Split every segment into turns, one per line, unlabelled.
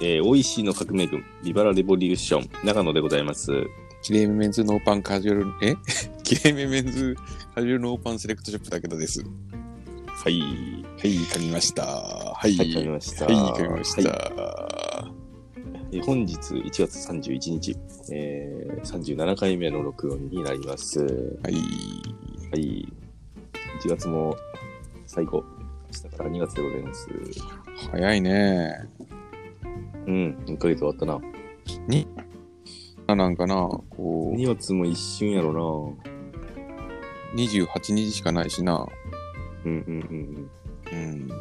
えー、美味しいの革命軍、ビバラレボリューション、長野でございます。
キレイメンズノーパンカジュアル、え キレイメンズカジュアルノーパンセレクトショップだけどです。は
はい。
い、噛みました。はい、
はい、噛みました。
はい、噛みました。
はいえー本日1月31日、えー、37回目の録音になります。は
はい。
い。1月も最後、明日から2月でございます。
早いね。
うん、2ヶ月終わったな。
あなんかな、こ
2月も一瞬やろな。
う、28日しかないしな。
うんうんうんうん。
うん。
今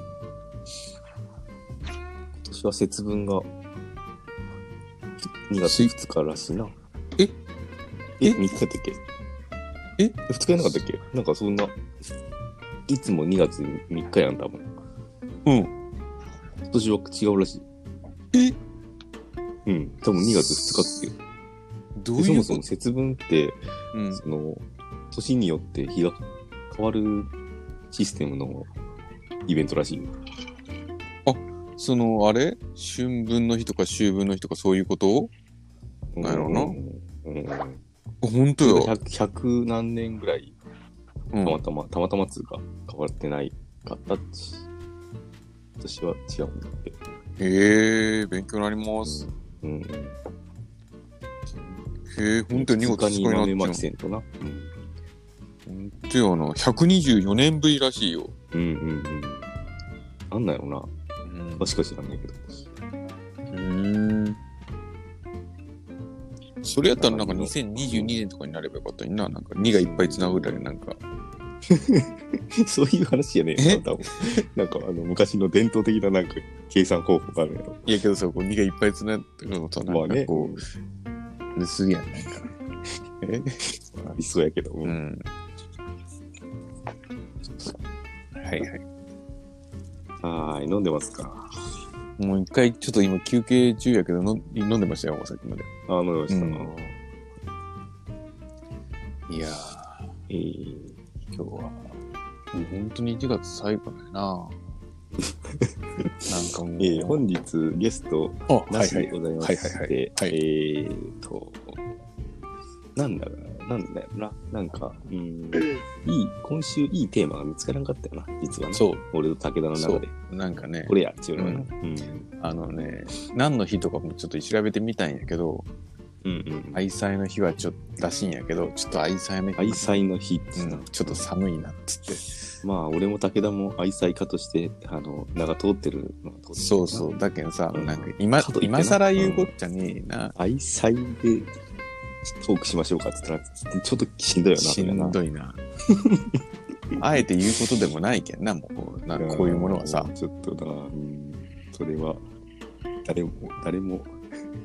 年は節分が2月2日らしいな。
え
え
え
?3 日だったっけ
え
?2 日やなかったっけなんかそんな。いつも2月3日やん、多分。
うん。
今年は違うらしい。
え
うん、多分2月2日って
どう
でそ
いう
も
こ
そ
と
も節分って、
うん
その、年によって日が変わるシステムのイベントらしいよ。
その、あれ春分の日とか秋分の日とかそういうことなるほどな
うんうんうん
あ本当
100
よ。
100何年ぐらい、
う
たま
ん、
たま、たまたまっつうか、変わってないかったっち。私は違うんだけど。
えー、勉強になります。
うん。
へえー、本当に2月2日
に
になっ
豆まき
ちゃ
せんとな。うん。
う。本当よな。124年ぶりらしいよ。
うんうんうん。なんだよな。
うん
もしかしてなんだけど。
それやったらなんか2022年とかになればよかったのにな。なんか2がいっぱいつなぐだけなんか。
そういう話やね
え
え多分なんかあの昔の伝統的ななんか計算方法があるんやろ。
いやけどさ、こう2がいっぱいつなぐのと
ま
な
あ
んか
ね、
こう、すげえなんか。え
ありそうやけど。う
うんん。はいはい。
はーい、飲んでますか。
もう一回ちょっと今休憩中やけどの飲んでましたよ、さっきまで。
あー、飲みました。
うん
あー
いやー、
えー
今日は、もう本当に1月最後だよな。なんかもう。
えー本日ゲスト
あ、
な
はい
し
は
で
い
ご。ざいまして、
はいはいはいはい
えーと、なんだろうな、なんだよな、なんか、うん、いい、今週いいテーマが見つからんかったよな、実はね。
そう。
俺と武田の中で、
なんかね
こ、れやっていうのがな。
う
うん。
あのね、何の日とかもちょっと調べてみたんやけど、
うんうん。
愛妻の日はちょっとらしいんやけど、ちょっと愛妻の日、
愛妻の日って
う
いうの
ん、ちょっと寒いなっつって。
まあ、俺も武田も愛妻家として、あの、名が通ってるのが通ってる。
そうそうう、だけどさ、
うん
なんか今
かといってな
今更言うこっちゃねえな、
愛妻でトークしましょうかって言ったら、ちょっとしんどいよな、
しんどいな。あえて言うことでもないけんな、もうこうな
それはな
こういうものはさ。。
ちょっとな、うんそれは、誰も、誰も、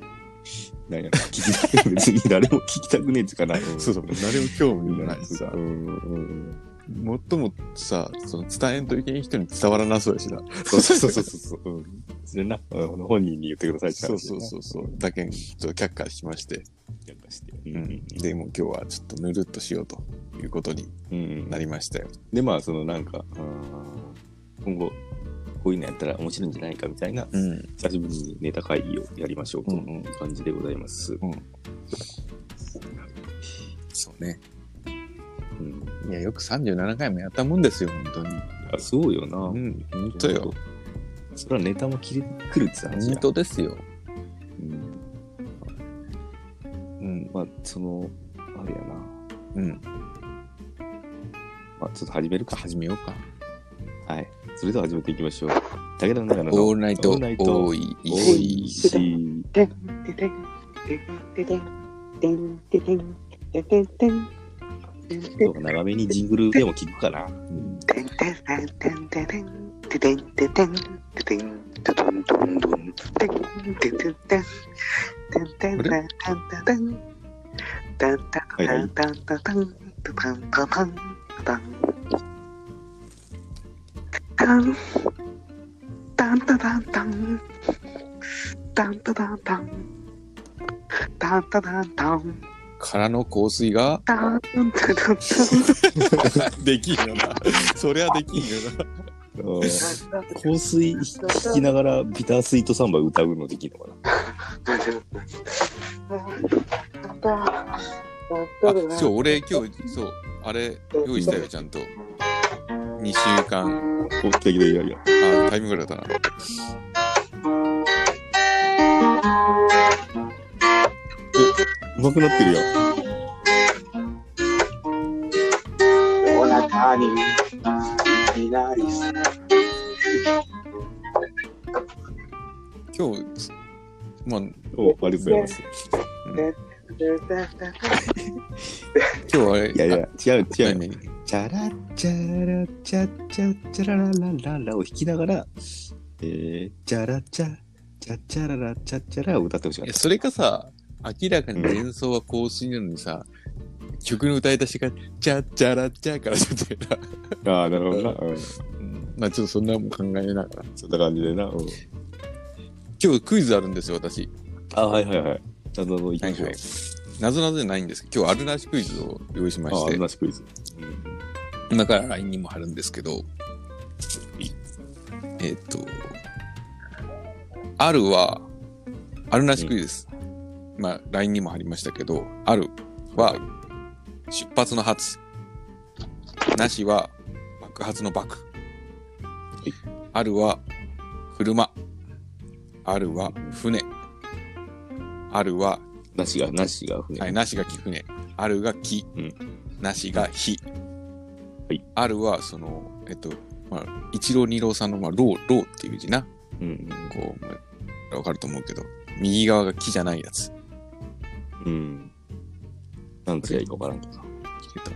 なんやろ、聞きたく、別に誰も聞きたくねえっていうかな。ん
そうそう、誰も興味もないしさ
う、んうんうん
もっともさ、その伝えんといけない人に伝わらなそうやしな。
そうそうそうそうそう。うんそれな、うん本人に言ってくださいって
そう
話
そうそうそう、だけん、ちょっと却下しまして。
やっぱして
う
うんん、
でもう今日はちょっとぬるっとしようということに
うん
なりましたよ。
でまあそのなんかあー今後こういうのやったら面白いんじゃないかみたいな
うん。
久しぶりにネタ会議をやりましょうと
うんう
い
ん
う感じでございます。
そうね。
うん、
いや、よく37回もやったもんですよ、本
あそうよな。
当に。ん、本当よ。。
それはネタも切れてくるって話
本
や。
当ですよ。
うん、
うん。
まあそのあれやな。
うん。
まあちょっと始めるか。
始めようか。
はい。それでは始めていきましょう。武田の中の
オールナイト、
オールナイト
多い、
お
多
い
い。
しい。
Ding, ding, ding, ding, ding, ding, ding,、
そうか長めにジングルでも聞くかな。うん、
からの香水が
タンタタタン
できんよな。そりゃできんよな。
香水聞きながらビタースイートサンバ歌うのできるのかな
あ、 そう、俺今日、そう、あれ、用意したよ、ちゃんと。2週間。
お来た来た来た来た
あ、タイミングだったな。
うまくなってるやん。
お腹にいなりさ
今日、まあ、
おありがとうございます。
今日あれ、
いやいや、違う違う。
何
チャラチャラチャチャチャラララララを弾きながら、えー、チャラチャチャチャララチャチャラを歌ってほしかっ
いや
た。
それかさ、明らかに前奏は香水なのにさ、曲の歌い出しが、チャッチャラッチャーから出てた。
ああ、なるほどな。うん、そ
うんまあちょっとそんなもん考えながら。
んな感じでな。うん、
今日クイズあるんですよ、私。
あはいはいはい。などの行きましょう。
はいなぞなぞじゃないんですけど、今日あるなしクイズを用意しま
あ
し
あ
て
る、なしクイズ。うん
今から LINE にも貼るんですけど、えっ、と、あるは、あるなしクイズです。まあ LINE にも貼りましたけど、あるは出発の発、なしは爆発の爆、あるは車、あるは船、あるは
なしが、なしが船。
はい、なしが木船。あるが木。
うん
なしが火。
はい
あるは、その、えっと、まあ、一郎二郎さんの、まあ、ろう、ろうっていう字な。
うん
こう、まあ、わかると思うけど、右側が木じゃないやつ。
うん。うん。なんつがいいかわからんけどさ。
えっと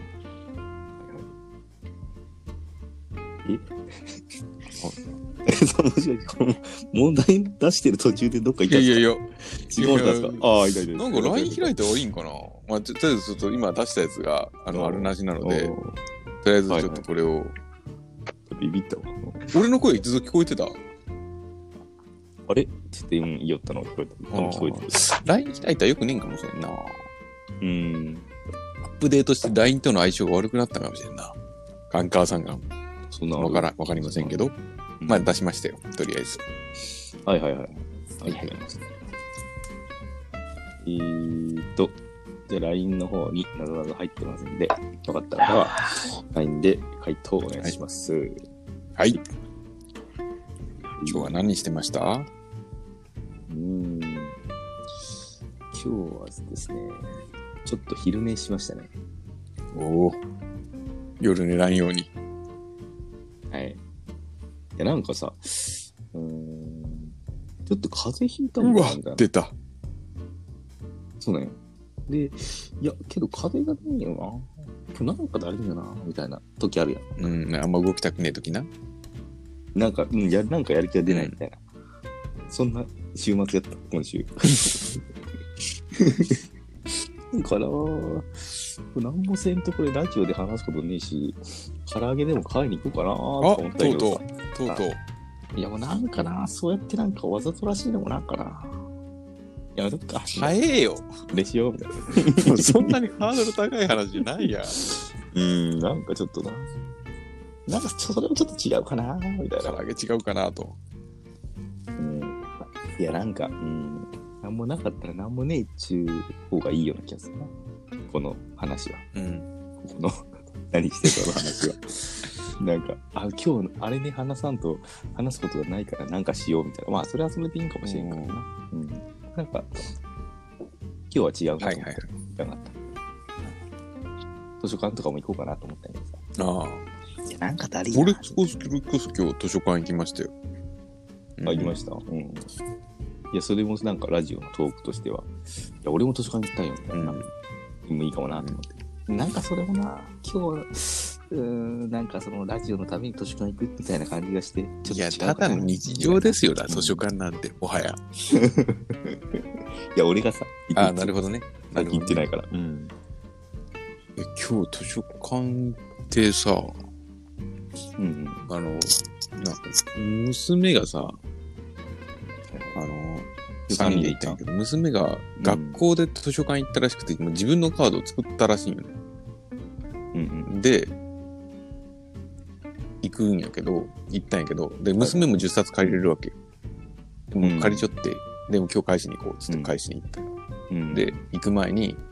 え、そう、面白い。この問題出してる途中でどっか行
い
った
や
ん
い
です
や
か違
いや、
うんです
いやい
か
や
ああ、いたいたいた。
なんか LINE 開いた方がいいんかな。まあ、ちょとりあえずちょっと今出したやつが、あ
うん
の、あるなしなの
う
で
ん、
とりあえずちょっとこれを。
ビビったわ。
俺の声一度聞こえてた
あれちょっと今言いよったの聞こえた。今聞こえてる。
?LINE 開いたらよくねえんかもしれんな。
うん。
アップデートして LINE との相性が悪くなったかもしれんな。ガンカーさんが
そんな
わからん、わかりませんけど。
うん
まあ出しましたよ、とりあえず。
はいはいはい。ありがとうございます。えーっと、じゃあ LINE の方になぞなぞ入ってますんで、分かったら LINE で回答お願いします。
はい。今日は何してました
うーん。今日はですね、ちょっと昼寝しましたね。
おお。夜寝らんように。
はい。いや、なんかさ、うーん、ちょっと風邪ひいたもんなんだよな
出た。
そうなんよ。で、いや、けど風邪がないよな。今日なんかだるいよな、みたいな時あるやん。
うん、あんま動きたくねえときな。
なんか、うん、やなんかやる気が出ないみたいな。そんな週末やった、今週。 だから、これなんもせんとこれラジオで話すことねえし、唐揚げでも買いに行こうかなと
あ、と
思
う
ったけど
と
さ。
う、とうとう。
いや、もうなんかな、そうやってなんかわざとらしいのもなんかな。やめとくか。
早えよ。
い。でしよう、みたいな。
そんなにハードル高い話じゃないや。
うん、なんかちょっとな。なんかそれもちょっと違うかな、みたい
唐
な。
揚げ違うかなと。
うんいや、なんか、うん、なんもなかったらなんもねえっちゅう方がいいような気がするな。この話は。
うん。
この、 何してたの話は。 なんか、あ、今日、あれで話さんと話すことがないからなんかしようみたいな。まあ、それはそれでいいんかもしれんからな。うん。なんか、今日は違うなと思って、
はいはいはい
なかった。図書館とかも行こうかなと思ったけどさ。
ああ。
いや、なんかだり
俺、そこそこそ今日図書館行きましたよ。
あ、行きま
し
した。うん。いや、それもなんかラジオのトークとしては、いや、俺も図書館行ったんよ、みたいな。もいいかもなと思って。なんかそれもな、今日、うーん、なんかそのラジオのために図書館行くみたいな感じがして、ちょっと
い
違
や、
うかな
ただの日常ですよな、
うん
図書館なんて、もはや。
いや、俺がさ、
ああ、なるほどね。な
最
る
近行
ほど
ってないから。うん。
え今日図書館ってさ、あ
うん。
の、なんか、娘がさ、あの、3人で行ったんやけど、娘が学校で図書館行ったらしくて、もう自分のカードを作ったらしいんよね。
うんうん。
で、行くんやけど、行ったんやけど、で、娘も10冊借りれるわけよ。でも
うん
借りちょって、でも今日返しに行こうっつって返しに行ったよ。
うん、
で、行く前に、
うん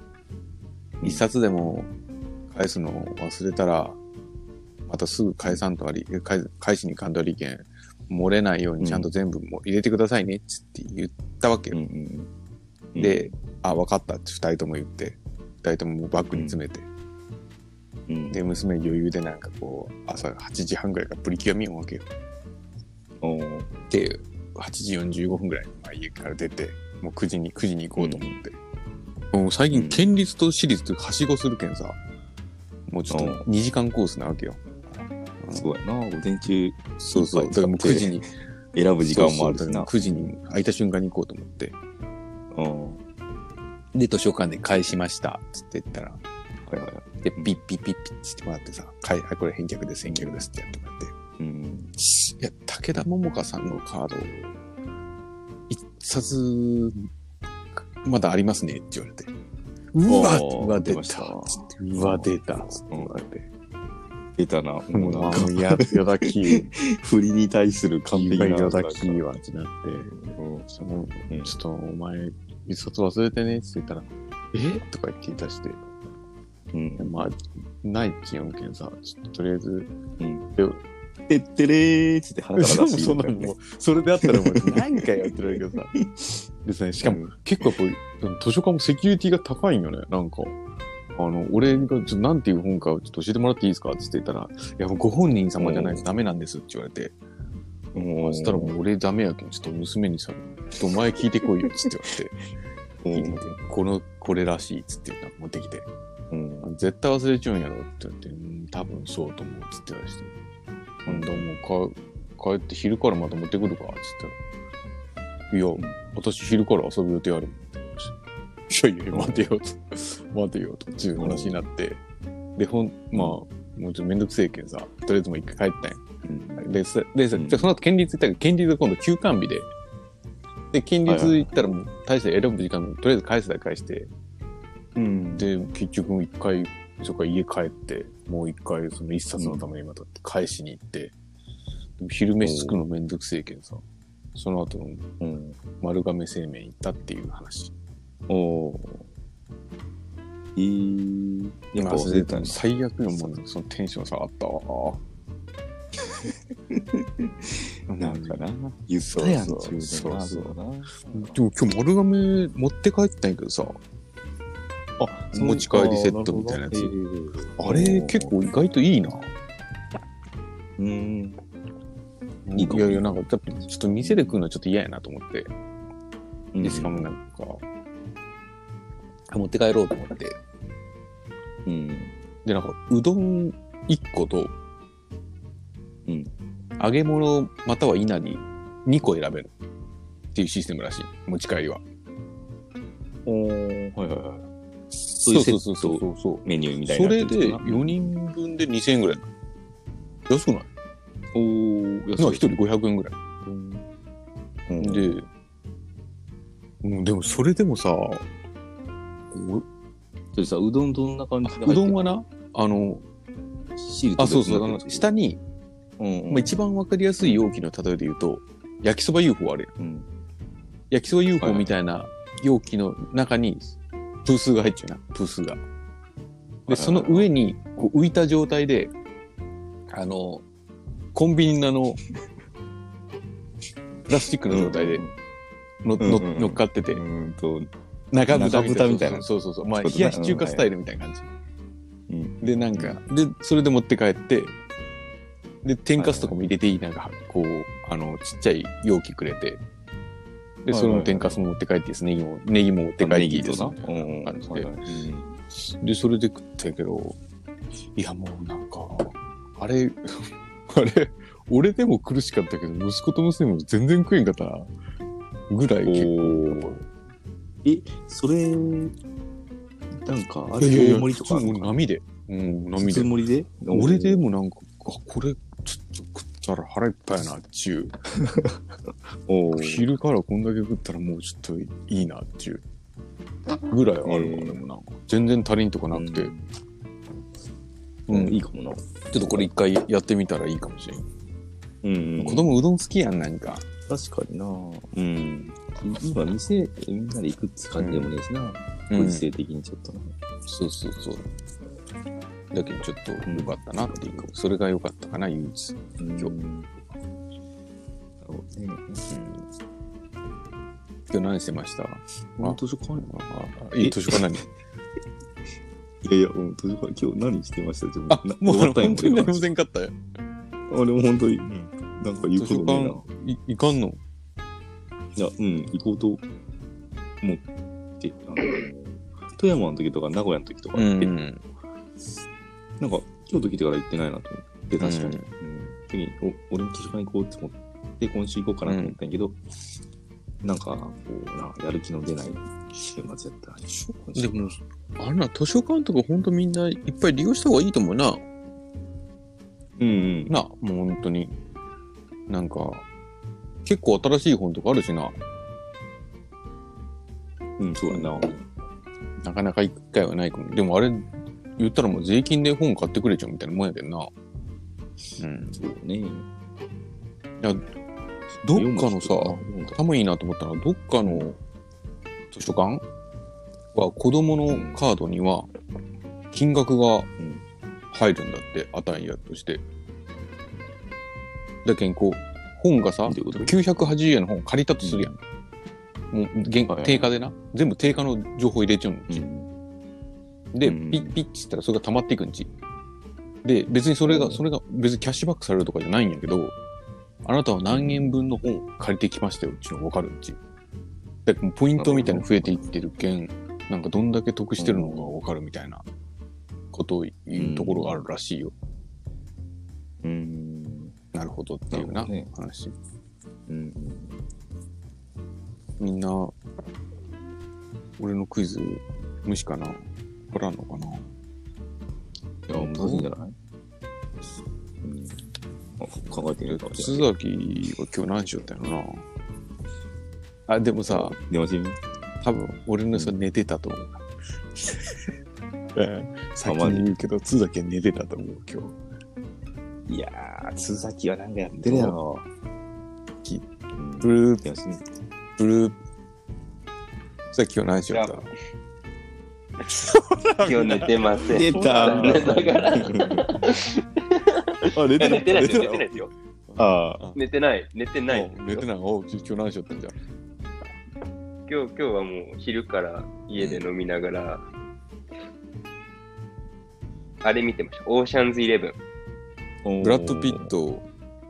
1冊でも返すのを忘れたら、またすぐ返さんとあり、返返しに行かんとありけん、漏れないようにちゃんと全部もう入れてくださいねっつって言ったわけ
うん
よ。
うんうん、
で、あ、わかったって2人とも言って、2人とももうバッグに詰めて、
うん、
で、娘余裕でなんかこう、朝8時半ぐらいからプリキュア見ようわけよ。
おー
で、8時45分ぐらいにまあ家から出て、もう9時に、9時に行こうと思って。もう最
うん
近、県立と私立とはしごするけんさ、もうちょっと
おう
2時間コースなわけよ。うん
そうやな、午前中
そうそう。
いっぱ
だ
い使
からも
っ
う
て
9時に、
選ぶ時間もある
そう
し
そうだから
な。
9時に空いた瞬間に行こうと思って。
うん。は
で、図書館で返しました。つって言ったら、
いはいはい。
で、ピッピッピッピッつってもらってさ、はい、はい、これ返却です、返却ですってやってもらって。
うん。
いや、武田桃香さんのカード、一冊、まだありますねって言われて。うわ、
おー
うわ、出
出
た。
ま
つ
し
ったてうわ、出た。つって言われて。
出たな、もうなんか、
もう、や、よだき、
振りに対する完璧な。
よだき
なんか
はってなって、
うん
その、
うん
ちょっとお前、一冊忘れてねって言ったら、えとか言って言い出して、
うん。
まあ、ないっちよんけんさ、ちょっととりあえ ず、
うん
で
てってれーっつって腹から出していい
そ
ん
んな
だよ
の
ね
もう、それであったらもう、何回やってるわけどさ。 ですね、しかも、結構やっぱり図書館もセキュリティが高いんよね、なんか。あの、俺が、ちょっとなんていう本か、ちょっと教えてもらっていいですかって言ったら、いや、もうご本人様じゃないとダメなんですって言われて、
も
そしたらもう俺ダメやけん、ちょっと娘にさ、ちょっとお前聞いてこいよっつって
う
言われて、聞いてみ
ん
て、この、これらしいっつって言ったら持ってきて、
うん
絶対忘れちゃうんやろって言って、うん、多分そうと思うっつって言われて、うん、でもか帰って昼からまた持ってくるかっつったら、いや、私昼から遊ぶ予定あるって言いました。いやいや、待てよと、待てよと、っていう話になって、で、ほん、まあ、もうちょっとめんどくせえけんさ、とりあえずもう一回帰ったんや。
うん
で、さでさ
うん
じゃあその後県立行ったけど、県立が今度休館日で、で、県立行ったらもう大して選ぶ時間も、とりあえず返すだけ返して、
うん。
で結局一回そっか家帰ってもう一回その一冊のためにまた返しに行って、でも昼飯作るのめんどくせえけどさその後の
うん
丸亀製麺行ったっていう話
おーえー。やっぱ忘れてたんだ
最悪よもうそのテンション下がったわ
なんか
ね
な。言ったやん、
そう
中
そう
年な。
そうそ
だな。
うでも今日丸亀持って帰ってたんやけどさ
あ
そう持ち帰りセットみたいなやつ
あなるほどね
あれ結構意外といいな
うん。
い
いいかも
やいやなんかだってちょっと店で食うのはちょっと嫌やなと思って
うん
で、しかもなんか、持って帰ろうと思って。
うん。
で、なんか、うどん1個と、
うん。
揚げ物またはいなり2個選べるっていうシステムらしい。持ち帰りは。
おーはいはいはい。
そう
いう
そうそうそう
セ
そうそう。
メニューみたい
そ
にな
れ
って
で
るやつかな
4人分で2000円ぐらい。安くない
おー
今
安
1人500円ぐらい。
うん
で、うん、でもそれでもさ、お
それさうどんどんな感じで入ってる
うどんはな、あの、
シールと
あ、
別
そうそう、
にな
あ
っ
の
てる
下に、
うんうん
まあ、一番わかりやすい容器の例えで言うと、焼きそば UFO あるやん。
うん
焼きそば UFO みたいな容器の中に、プースーが入っちゃうな、プースーが。で、その上に、こう浮いた状態で、あの、コンビニの あの、プラスチックの状態での、の
うんうん
乗っかってて
う、んと
中
中
豚みた
豚
いな。
みたいな
そうそうそう。まあ、
そう
冷
だね
やし中華スタイルみたいな感じ。
うん
で、なんか、で、それで持って帰って、で、天かすとかも入れていい、なんか、こう、あの、ちっちゃい容器くれて、
はいはい
で、
はい
その天かすも持って帰っていいです。ネギも、ネギも持って帰っていいです。
な
みたいな感じで
うん
で、それで食ったけど、いや、もうなんか、あれ、 あれ、俺でも苦しかったけど、息子と娘も全然食えんかったなぐらい結構。
えそれなんかあ
いやいやい
れ
や
大盛りとか
普通もう波で。うん、波
普
で
通。盛りで
俺でもなんか、あ、これ、ちょっと食ったら腹いっぱいやな、っていう。
おー
昼からこんだけ食ったらもうちょっといいな、っていう。ぐらいあるから、
えー
でもなんか、全然足りんとかなくて。うん
いいかもな。
ちょっとこれ一回やってみたらいいかもしれん。
うん
子供うどん好きやん、何か。
確かになうん。今、店、みんなで行くって感じでもねえしな。
う
ご
ん
時世的にちょっとな。
そうそうそう。だけどちょっと良かったなっていう、それが良かったかな、唯一。
うん。な
今
るほどね。
今日何してました
俺の図書館
あいい図書館何
いやいや、うん、図書館、今日何してましたちょっと
あ、もう
終わったんや
本当
俺
に何
は
もせんかったよ。
あれも本当に、
ん
なんか言うことね
いいかんの
えな。いや、うん、行こうと思って、あの、富山の時とか名古屋の時とか
う
行って、
ん。
なんか、京都来てから行ってないなと思って、確かに。
う
うん。次に、お俺も図書館行こうって思って、今週行こうかなと思ったんやけど、なんか、こうな、やる気の出ない週末やったな。
でも、あれな、図書館とか本当みんないっぱい利用した方がいいと思うな。
うんうん。
な、もう本当に。なんか、結構新しい本とかあるしな。
うん、そうやな。
なかなか行く機会はないかも。でもあれ、言ったらもう税金で本買ってくれちゃうみたいなもんやけどな。うん。
そうね。
どっかのさ、
読む人
頭いいなと思ったのは、どっかの図書館は子供のカードには金額が
ん
入るんだって、値やとして。だけんこう、本が
ど
さ、
ういうこと
980円の本借りたとするやん。もう現
はいはい
定価でな、全部定価の情報入れちゃうんち。
うん。
で、
うん
ピッピッチったらそれが溜まっていくんち。で、別にそれ
う
が、
ん
それが別にキャッシュバックされるとかじゃないんやけど、あなたは何円分の本を借りてきましたよっていうのがわかるんち。で、もうポイントみたいに増えていってるけん、なんかどんだけ得してるのかわかるみたいなことを言うところがあるらしいよ。
うん。
なるほどってい
なる
うな、
ほどね
話。
うん。
みんな、俺のクイズ、無視かなこれあんのかない
や、難しいんじゃないうん。あ考えてみるかもしれ
鈴
ない。
崎は今日何しよったんやろなあでもさ
でも、君、
多分俺のさ、
う
寝てたと思ううん先に言うけど鈴崎は寝てたと思う今
いやー、鈴崎はなんかやってるやろ。
き
うん
日ブルー
でも君
ブルー鈴崎今日何しよっ
い
た
今日寝てません。
出た
寝ながら。
あ、出
寝てないですよ、寝てな
出
いですよ。
ああ。
寝てない、寝てない。
もう寝てないおう今日何しよったんじゃ
今日、今日はもう昼から家で飲みながら、あれ見てました。オーシャンズイレブン。
ブラッド・ピッ。ト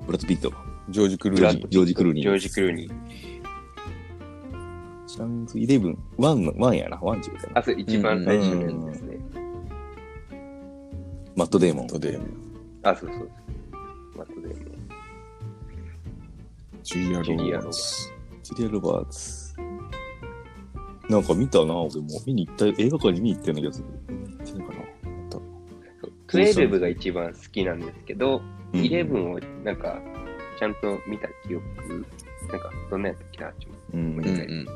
ブラッド・ピット。
ジョージ・クル
ジ
ーニー
ョージ・クルーニー。
ジョージ・クルーニー。
シャンズ・イレブン。ワンの、ワンやな。ワン中だな。
あ、そう、一番最初のやつですね。
マット・デーモン。
とで
あ、そうそうそう。マットデイモン
ジュリア・ロ
ジュ
ー
リアロ
マ
ー
ン
マ
ス
ジュリア・ロバーツ。なんか見たな、俺も。見に行った、映画館に見に行ったような気がする。見に行ってんのかな。
12が一番好きなんですけど、
うん
11をなんか、ちゃんと見た記憶、なんか、どんなやつ来たちょっ
う。
ともうん一回見よ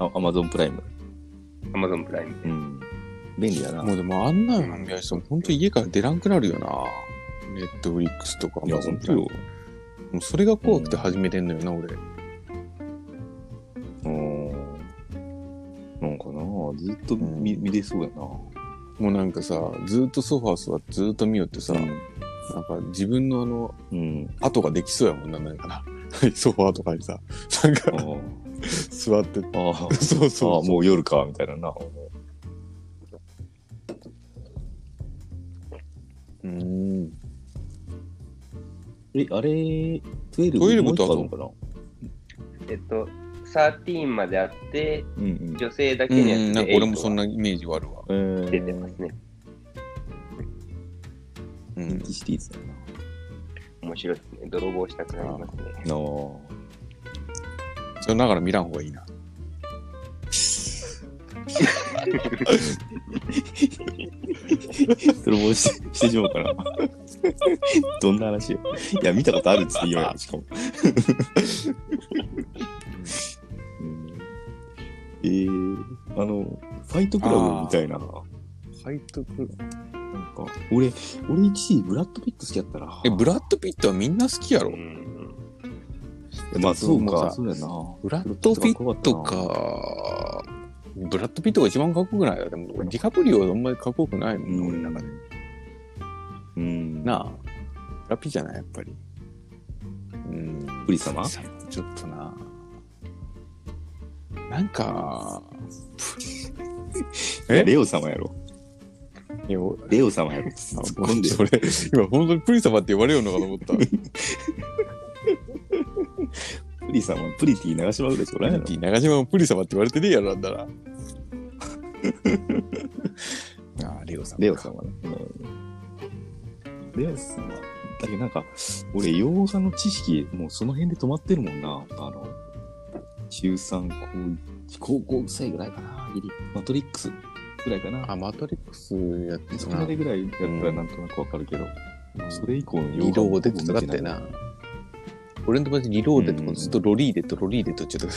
あアマゾンプライム。
う。アマゾンプライム。
うん。便利だな。
もうでもあんなの見ない人も本当家から出らんくなるよなネットフリックスとか
いや、
Amazon
本当よ。
もうそれが怖くて始めてんのよな、俺。
うーん。なんかな、ずっと見,、見れそうやな。
もうなんかさ、ずっとソファー座ってずっと見よってさ、なん
う
か自分のあの、
ん。
跡ができそうやもんな、なんかな。 ソファーとかにさ、なん
あ
か
ー
座って、
あー。
そう
あ
そ
あ
うそう。
もう夜か、みたいなな。
うーん。
え、あれ、12
トイレ
も
も
う一個あ
とあ
るの
るの
かな
えっと、13まであって、
うんうん。
女性だけ
う
のやつ
ん、なんか俺もそんなイメージはあるわ。
えー、
出てますね。
う
人
ん。
気シリーズだな。
面白いですね。泥棒したくなりますね。
あー
それながら見らん方がいいな。
それもししてしまおうかな。どんな話よいや、見たことあるっつって言わないしかも。うんえー、あの、ファイトクラブみたいな、なんか
ファイトクラブ。
か俺、俺一時ブラッド・ピット好きやったら。
え、ブラッド・ピットはみんな好きやろ。
うん
まあそう
もう
か。
さ
そうやな。
ブラッド・ピットか。ブラッド・ピットが一番かっこよくないだでも、ディカプリオはあんまりかっこよくないもんな、俺の中で。
うん。
なあ。ラピじゃない、やっぱり。うん。
プリ様
さちょっとな。なんか、え
レオ様やろ。
いやお
レオ様やろ。
あ
突っ込んでよ
それ、今本当にプリ様って呼ばれるのかと思 った。
プリ様、プリティ長島ぐらいしかお
プ
らんや
リ
ろ
テ。ィ長島もプリ様って言われてねえやろなんだ ら。ああ、レオさん。
レオ様ね。うん、レオ様。だけどなんか、俺、洋画の知識、もうその辺で止まってるもんな。あの、中3、高1、高校生ぐらいかな。ギリマトリックスぐらいかな。
あ、マトリックスやって
そ
た
こ
な
まで。ぐらいやったらなんとなくわかるけど、それ以降の
リローデ
で
ッドだって。な。俺の友達リローデッドもずっとロリーデッド、ロリーデッドっ て言っ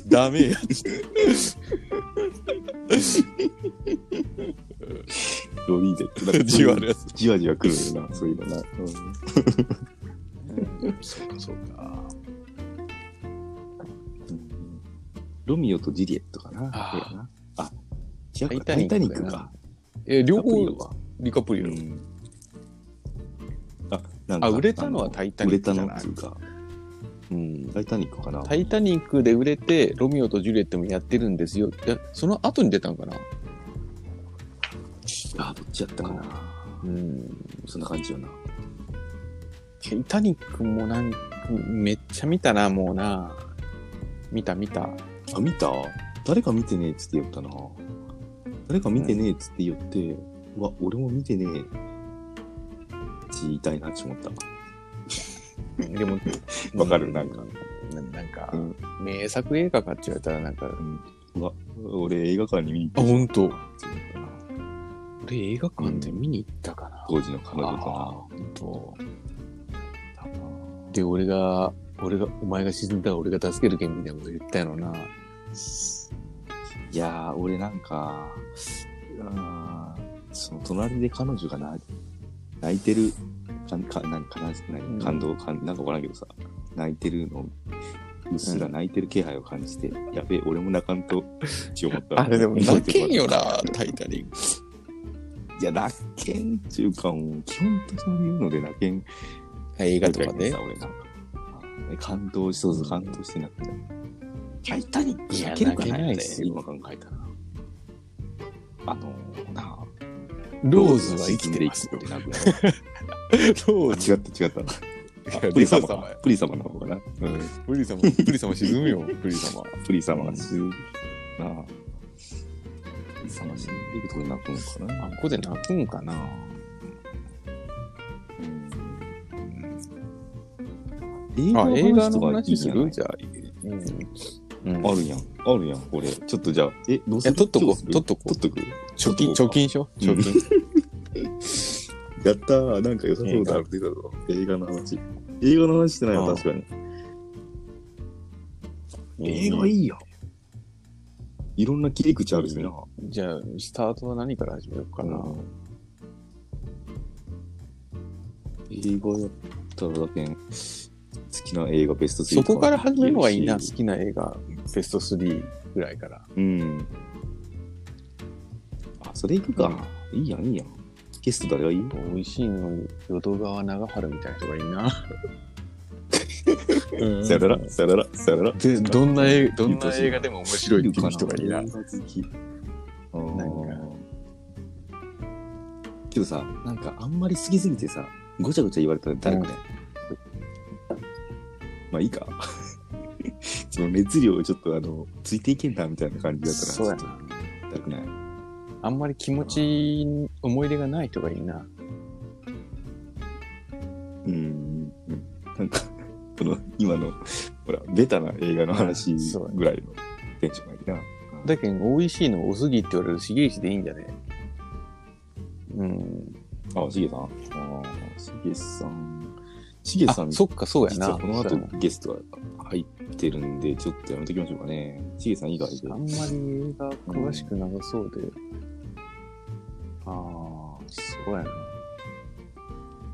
てた。ダメや。
ロリーデッドだって
じわるやつ。
じわじわ来るよな、そういうのな。うん
そうか、そうか。
ロミオとジュリエットかな。
あー
あなあ違うか、タ
タイ
イタ
タニ
ニ
ッ
ッ
ク
ク
だな
か。
え、両
カプリ
方
オは
リカプリオ。
うんあ、なんか
あ、売れたのはタイタ
売
ニ
れ
ック
た
じゃ
の
な
っ
い
て。いうか、
うん
タイタニックかな。
タイタニックで売れて、ロミオとジュリエットもやってるんですよ。いやその後に出たのかな
あ、どっちやったかな。
うん。
そんな感じよな。
タイタニックもなんか、めっちゃ見たな、もうな。見た見た。
あ、見た誰か見てねえっつって言ったな。誰か見てねえっつって言って、うわ、俺も見てねえ。って言いたいなって思った。、
でも
わかるなんか
な。なんか、
うん
名作映画かって言われたら、なんか、
うわ、俺映画館に見に
あ、
行っ
ほんと。
たって言うのかな
俺映画館で見に行ったかな。
当時の彼女
あ
と
ほんと。で、俺が、俺が、お前が沈んだら俺が助けるけんみたいなこと言ったやろな。
ないやー俺なんかあーその隣で彼女がな泣いてるかんかなんかな
うん
何感動かんなんかわからんけどさ泣いてるのうっすら泣いてる気配を感じて、やべえ俺も泣かんとって思った
あれでも泣けんよな、タイタニック。
いや泣けんっていうかもう基本的にそういうので泣けん
映画とかね
さ。俺なんかあ感動しそうず感動してなくてタイタニック
いや
泣けるか
泣け
な
ない
い
っ
ね
すよ
今考えたらあのー、なあ
ローズは生きてますよ
ロ。ー
ロ
ズは沈ん でいくってなくなる。あ違った違った。
いや
プリ様
ローズ様
か。プリ様の方かな。うん。
プリ様、プリ様沈むよ、プリ様。
プリ様が沈む。なあ。プリ様沈んでいくとこに泣くのかな。
あ、ここで泣くんかな。あ、映画の話するじゃあ。うん。うん
あるやん。あるやん、これ。ちょっとじゃあ、え、どうす
え
る
取っと
ど
こ
す
う、
る
取っとこう。
取っとく。
貯金、貯金しよう。貯金。
やったー。なんか良さそうだ。出たぞ。映画の話。映画の話してない
あ
わ、
あ
確かに。映画いいよ。いろんな切り口あるしな。
じゃあ、スタートは何から始めようかな。
映画やったらだけん、好きな映画ベスト3
そこから始めるのがいい
言え
な、好
るし
きな映画、ベスト3ぐらいから。
うん。あ、それいくか。いいやん、いいやん。ゲスト誰がいい
美味しいのに、淀川長春みたいな人がいい な。うん
さよなら、さよなら、さよなら。
でどんな映どんな映画でも面白いっていう人がいいな
映。画好き。あー
なんか
けどさ、なんかあんまり好きすぎてさ、ごちゃごちゃ言われたら誰かね。まあいいか。その熱量をちょっとあの、ついていけんなみたいな感じだったら、
そうやな
ちょっとだくない。
あんまり気持ち、思い出がない人がいいな。
うんうんなんか、この今の、ほら、ベタな映画の話
そう
ぐらいのテンションがいいな。
だけど、美味しいの多すぎって言われる重石でいいんじゃねうん。
あ、しげさんあーしげさん。しげ
あ
さ、ん、
そっか、そうや
実
な。
はこの
そ
後
うやな
ゲストが入ってるんで、ちょっとやめときましょうかね。しげさん以外で
あん。まり映画詳しくなさそうで。ああそうやな。
だ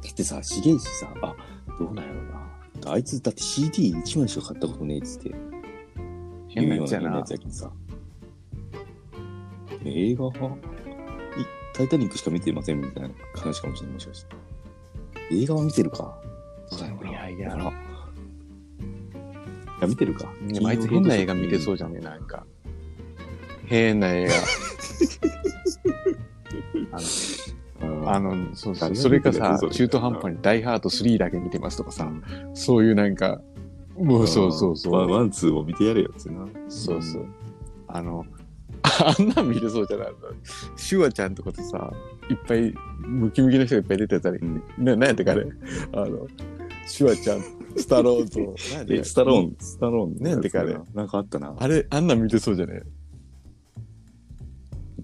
ってさ、しげいしさ、あ、どうなんやろうな。あいつ、だって CD1 枚しか買ったことねえっつって。
変なやつや
言うよう変
な
なやつやけどさ。映画は、いタイタニックしか見てませんみたいな話かもしれない、もしかして。映画は見てるか。そうだよな。
いやいや
だからいや、見てるか。
でもあいつ変な映画見てそうじゃねえ、なんか。変な映
うん。
画。あの、そうそ
誰が見てる
う。それか
や
さ
つそれ、
中途半端にダイハード3だけ見てますとかさ、そういうなんか、もうそうそうそ
ワン
う。
ワンツーを見てやれよってな。
そうそう。あの、 あんなん見れそうじゃないシュワちゃんとかとさ、いっぱいムキムキの人がいっぱい出てたり、
うん
ななんやったかあれあの、シュワちゃん、スタローンと、なんやった か
え、スタローン、スタローン。
ねてかあれ
なんかあったな。
あれ、あんなん見てそうじゃない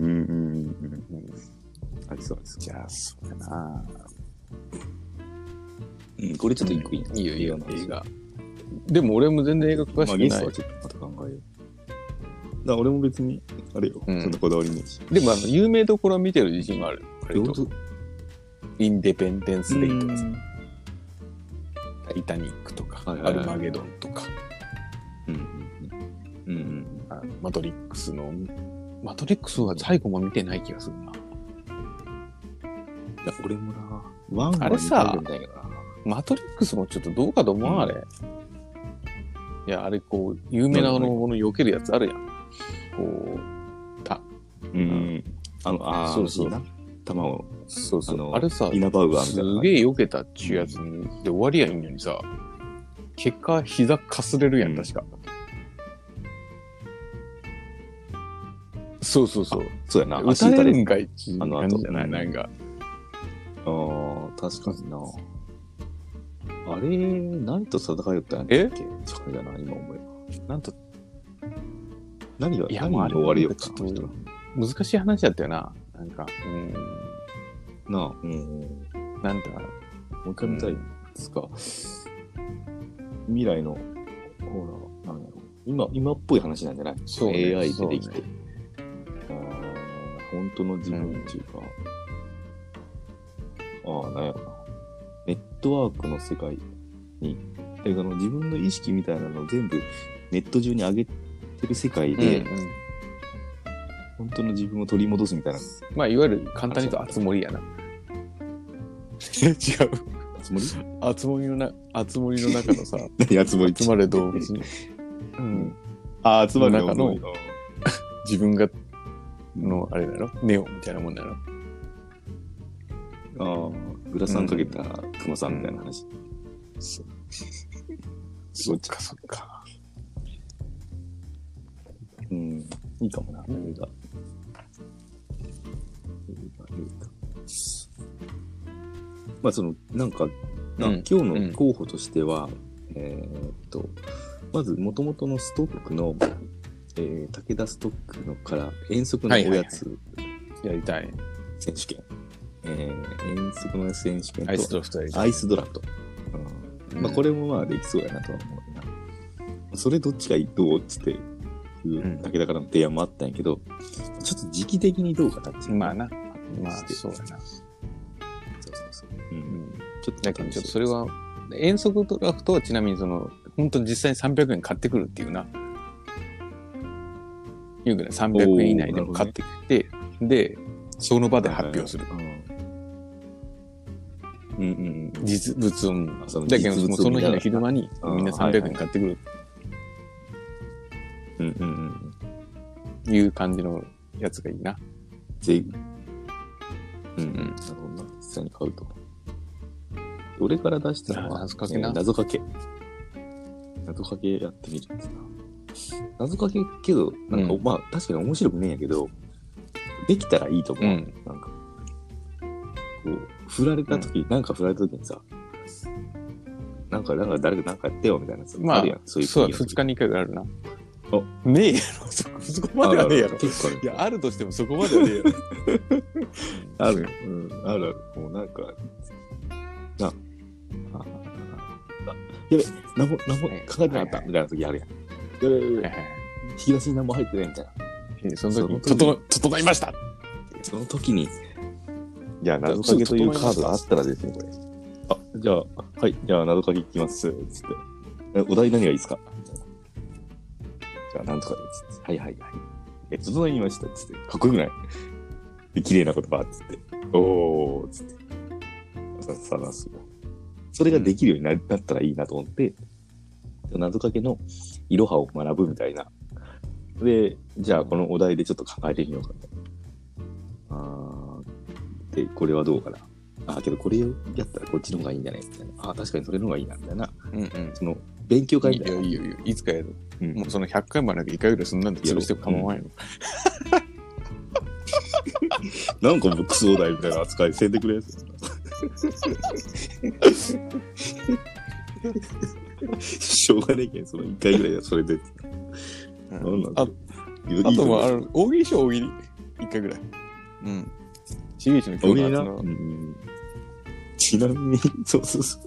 うんうんうんうん。ありそうありそう。
じゃあ、そうやな。
うん、これちょっと一個いいな。
いいよいいよ
の、
映画。でも俺も全然映画詳
ま
し
あ
く
ゲ
な
ス
い
トは。ちょっとまた考えよう。だから俺も別に、あれよ、
うん
そんなこだわりないし。
でもあの、有名どころは見てる自信がある。割
両
と
方
インデペンデンス・デイとかさ、
うん
タイタニックとか、
はいは
ア
いは
ル
い
マゲドンとか、
うんうんうん。
あのマトリックスの、マトリックスは最後も見てない気がするな。
いや、俺もな、ワンは
あれさ
見たいけどな
マトリックスもちょっとどうかと思わん、
うん
あれ。いや、あれこう、有名なあの
うん
もの避けるやつあるやん。こう、た、
うん。あの、ああ、
そうそう
いいな。弾を、
そうそ
あ
う。
の
あれさ、
イナバウアーみ
す
たいな。
げえ避けたっちゅうやつにで終わりやいいのにさ、結果膝かすれるや
うん
ん、確か。そうそうそう。
そうやな、
打た
打た
れ
れ
る
る
んかいっちゅう
あの
感じじゃな
あ
い
と
なんか。
ああ、確かにな。あれ、何と戦いよったんやった
え
っけそうだな、今思えば。
なんと
何が、
いや
何
まあ
が終わりよっ
ち
た
ょっ
の人
と難しい話だったよな。なんか、う
なあ、うん。も
ん、なんだ、
う一回見たいですか。未来の、ほら、なんやろ。今、今っぽい話なんじゃない
そうね
?AI ででき
そ
て。ああ本当の自分っていうか。ああ、なんやろな。ネットワークの世界に、だけどあの自分の意識みたいなのを全部ネット上に上げてる世界
うん
で、
うん
本当の自分を取り戻すみたいな
まあ、いわゆる簡単に言うと、あつ森や な。違う。
つもり
あつ森のな、あつ森の中 のさ、
何やつ もり
集ま れ動物に、
んああ、集まる
中の自分が、の、あれだろネオみたいなもんだろ
ああ、グラサンかけたクマさんみたいな話。
そ
そ
そ
っ
っ
か
かそっか。
うん、いいかもな、映画。映画、映画。まあ、その、なんか、な
うん
今日の候補としては、えーっと、まず、もともとのストックの、えー、武田ストックのから遠足のおやつ
やりたい。
選手権、えー遠足のおやつ選手権と
アイスドラフトやりたい。
アイスドラフト。うんまあ、これもまあできそうやなとは思うな。それどっちがいいどうっつって、いう武田からの提案もあったんやけど、ちょっと時期的にどうかなっていう。
まあな。まあ、そうだな。
そうそうそう。う。
うんん。
ちょっと
だ
楽しみ
けど、ちょっとそれは、遠足ドラフトはちなみにその、本当に実際に300円買ってくるっていうな。いうぐらい300円以内でも買ってきて、で、その場で発表する。。
うんうんうんうん。
実物をも
あその
だけど
実
もう
物を
そ
見
の
な
日
がら
の昼間に
あー
みんな
はいはい
300円買ってくる
うんうんうん。
っていう感じのやつがいいな。
ぜうんうん。
ん
なるほどな。実際に買うと。俺から出したのは、
謎かけな
えー謎かけ。謎かけやってみるんですな。謎かけけど、なんか、
うん
まあ確かに面白くねえんやけど、できたらいいと思う。
うん
なんか、こう、振られた時、なんか振られた時にさ、なんか、なんか誰かなんかやってよみたいなやつ
まあ
るやん、、
そう
いう
だ、
国の
2日に1回ぐらいあるな。
あ
ねえやろ、そこ、そこまではねえやろ。
結構ある
いや、あるとしてもそこまではねえやろ。
ある。うん、あるある。もうなんか、な、あああやべ、何も、何も
はい
考えてなかったみたいな時あるやん。やべやべや
は
べ
いはい
引き出しに何も入ってないみたいな。
はいその
そ
時に、
の時に
整、整いました
その時に、じゃあ、謎かけというカードがあったらですね、これ。あ、じゃあ、はい、じゃあ、謎かけいきます、つって。えお題何がいいですかじゃあ、なんとかです、つって。はいはいはい。え、整いました、つって。かっこよくないで、綺麗な言葉、つって。おー、つって。さ、さ、なすそれができるようにななったらいいなと思って、謎かけのいろはを学ぶみたいな。で、じゃあ、このお題でちょっと考えてみようかと。あーで、これはどうかな。あー、けどこれやったらこっちの方がいいんじゃないみたいな。あー、確かにそれの方がいいな、みたいな。
うんうん。
その、勉強会
い
み
い
たい
よ
な。
いいよいいよ。いつかやる。
うん
もうその100回もやらなきゃ1回ぐらいそんなんで潰しても構わんよ。
なんかもうクソお題みたいな扱いせんでくれ。 しょうがねえけん、その一回ぐらいはそれで。なんなん
あ
いい
あ
いい
と
思う
は、あの、大喜利しよう、大喜利。一回ぐらい。うん。
しげちの
おみ
今日
んな、う
のの
ん、ちなみに、そうそうそう。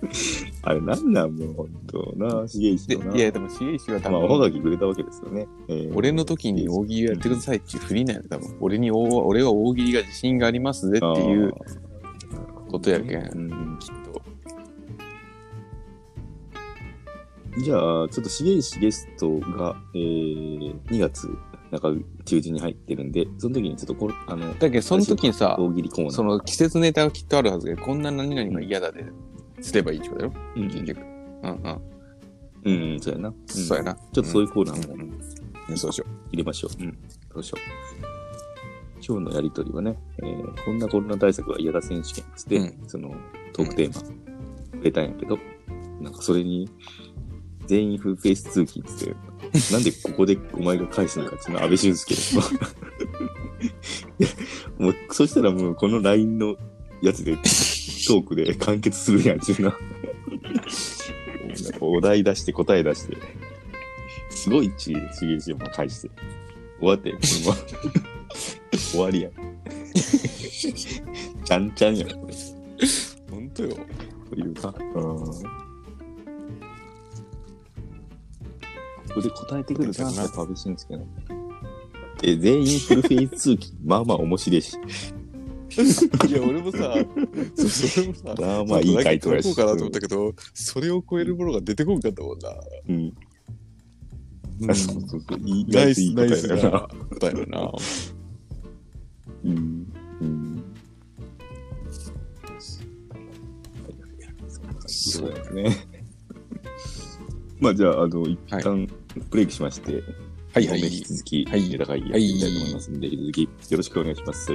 あれ、なんなんもう、ほんとな、しげいし
で
とな、。
いや、でも、しげいしは多
まあ、おはが
分、
きくれたわけですよね。えー
俺の時に大喜利をやってくださいっていう振りなんや、多分。俺に大、俺は大喜利が自信がありますぜっていうことやけん。
うん
きっと。
じゃあ、ちょっとしげいしゲストが、えー、2月中中旬に入ってるんで、その時にちょっとこれ、あの、
だけど、その時にさ、
大喜利コーナー。
その季節ネタがきっとあるはずで、こんな何々が嫌だで、すればいいってことだよ、
うん、う
結
ん
局。うんうん。
うん、そうやな。ん
そうやな。
ちょっとそういううコーナー
ん
も
うんうん。そうしよ
入れましょう。うん、そうしよう。今日のやりとりはね、えーこんなコロナ対策は嫌だ選手権っつって、
う
そのトークテーマ、くれたんやけど、なんかそれに、全員フルフェイス通勤っつって、なんでここでお前が返すのかって いうのは安倍俊介ですわもう、そしたらもうこの LINE のやつで、トークで完結するやん、 ちゅうな。お題出して答え出して、すごいちぎちぎりしよう、もう返して。終わって、これも終わりやん。ちゃんちゃんやん、これ。
う。ほんとよ。
というか。うん。そこで答えてくるかな、やっぱ安倍晋介の。え、全員フルフェイス通 勤、まあまあ面白いし。
いや、俺もさ、そうそう俺もさ、
まあまあいい回答や
書こう
し。
かなと思ったけど、それを超えるものが出てこんかったもんな。
うん。
うん
そうそうそう。意
ナ
外と
イス、
いい
ナ
答え
イス
だ
な
な。
答えだな。
うん。うん。そうだよね。まあじゃあ、あの、一旦ブレイクしまして、
はいはい
本編引き続き、
はい
枝会議やっていきたいと思いますんで、引き続きよろしくお願いします。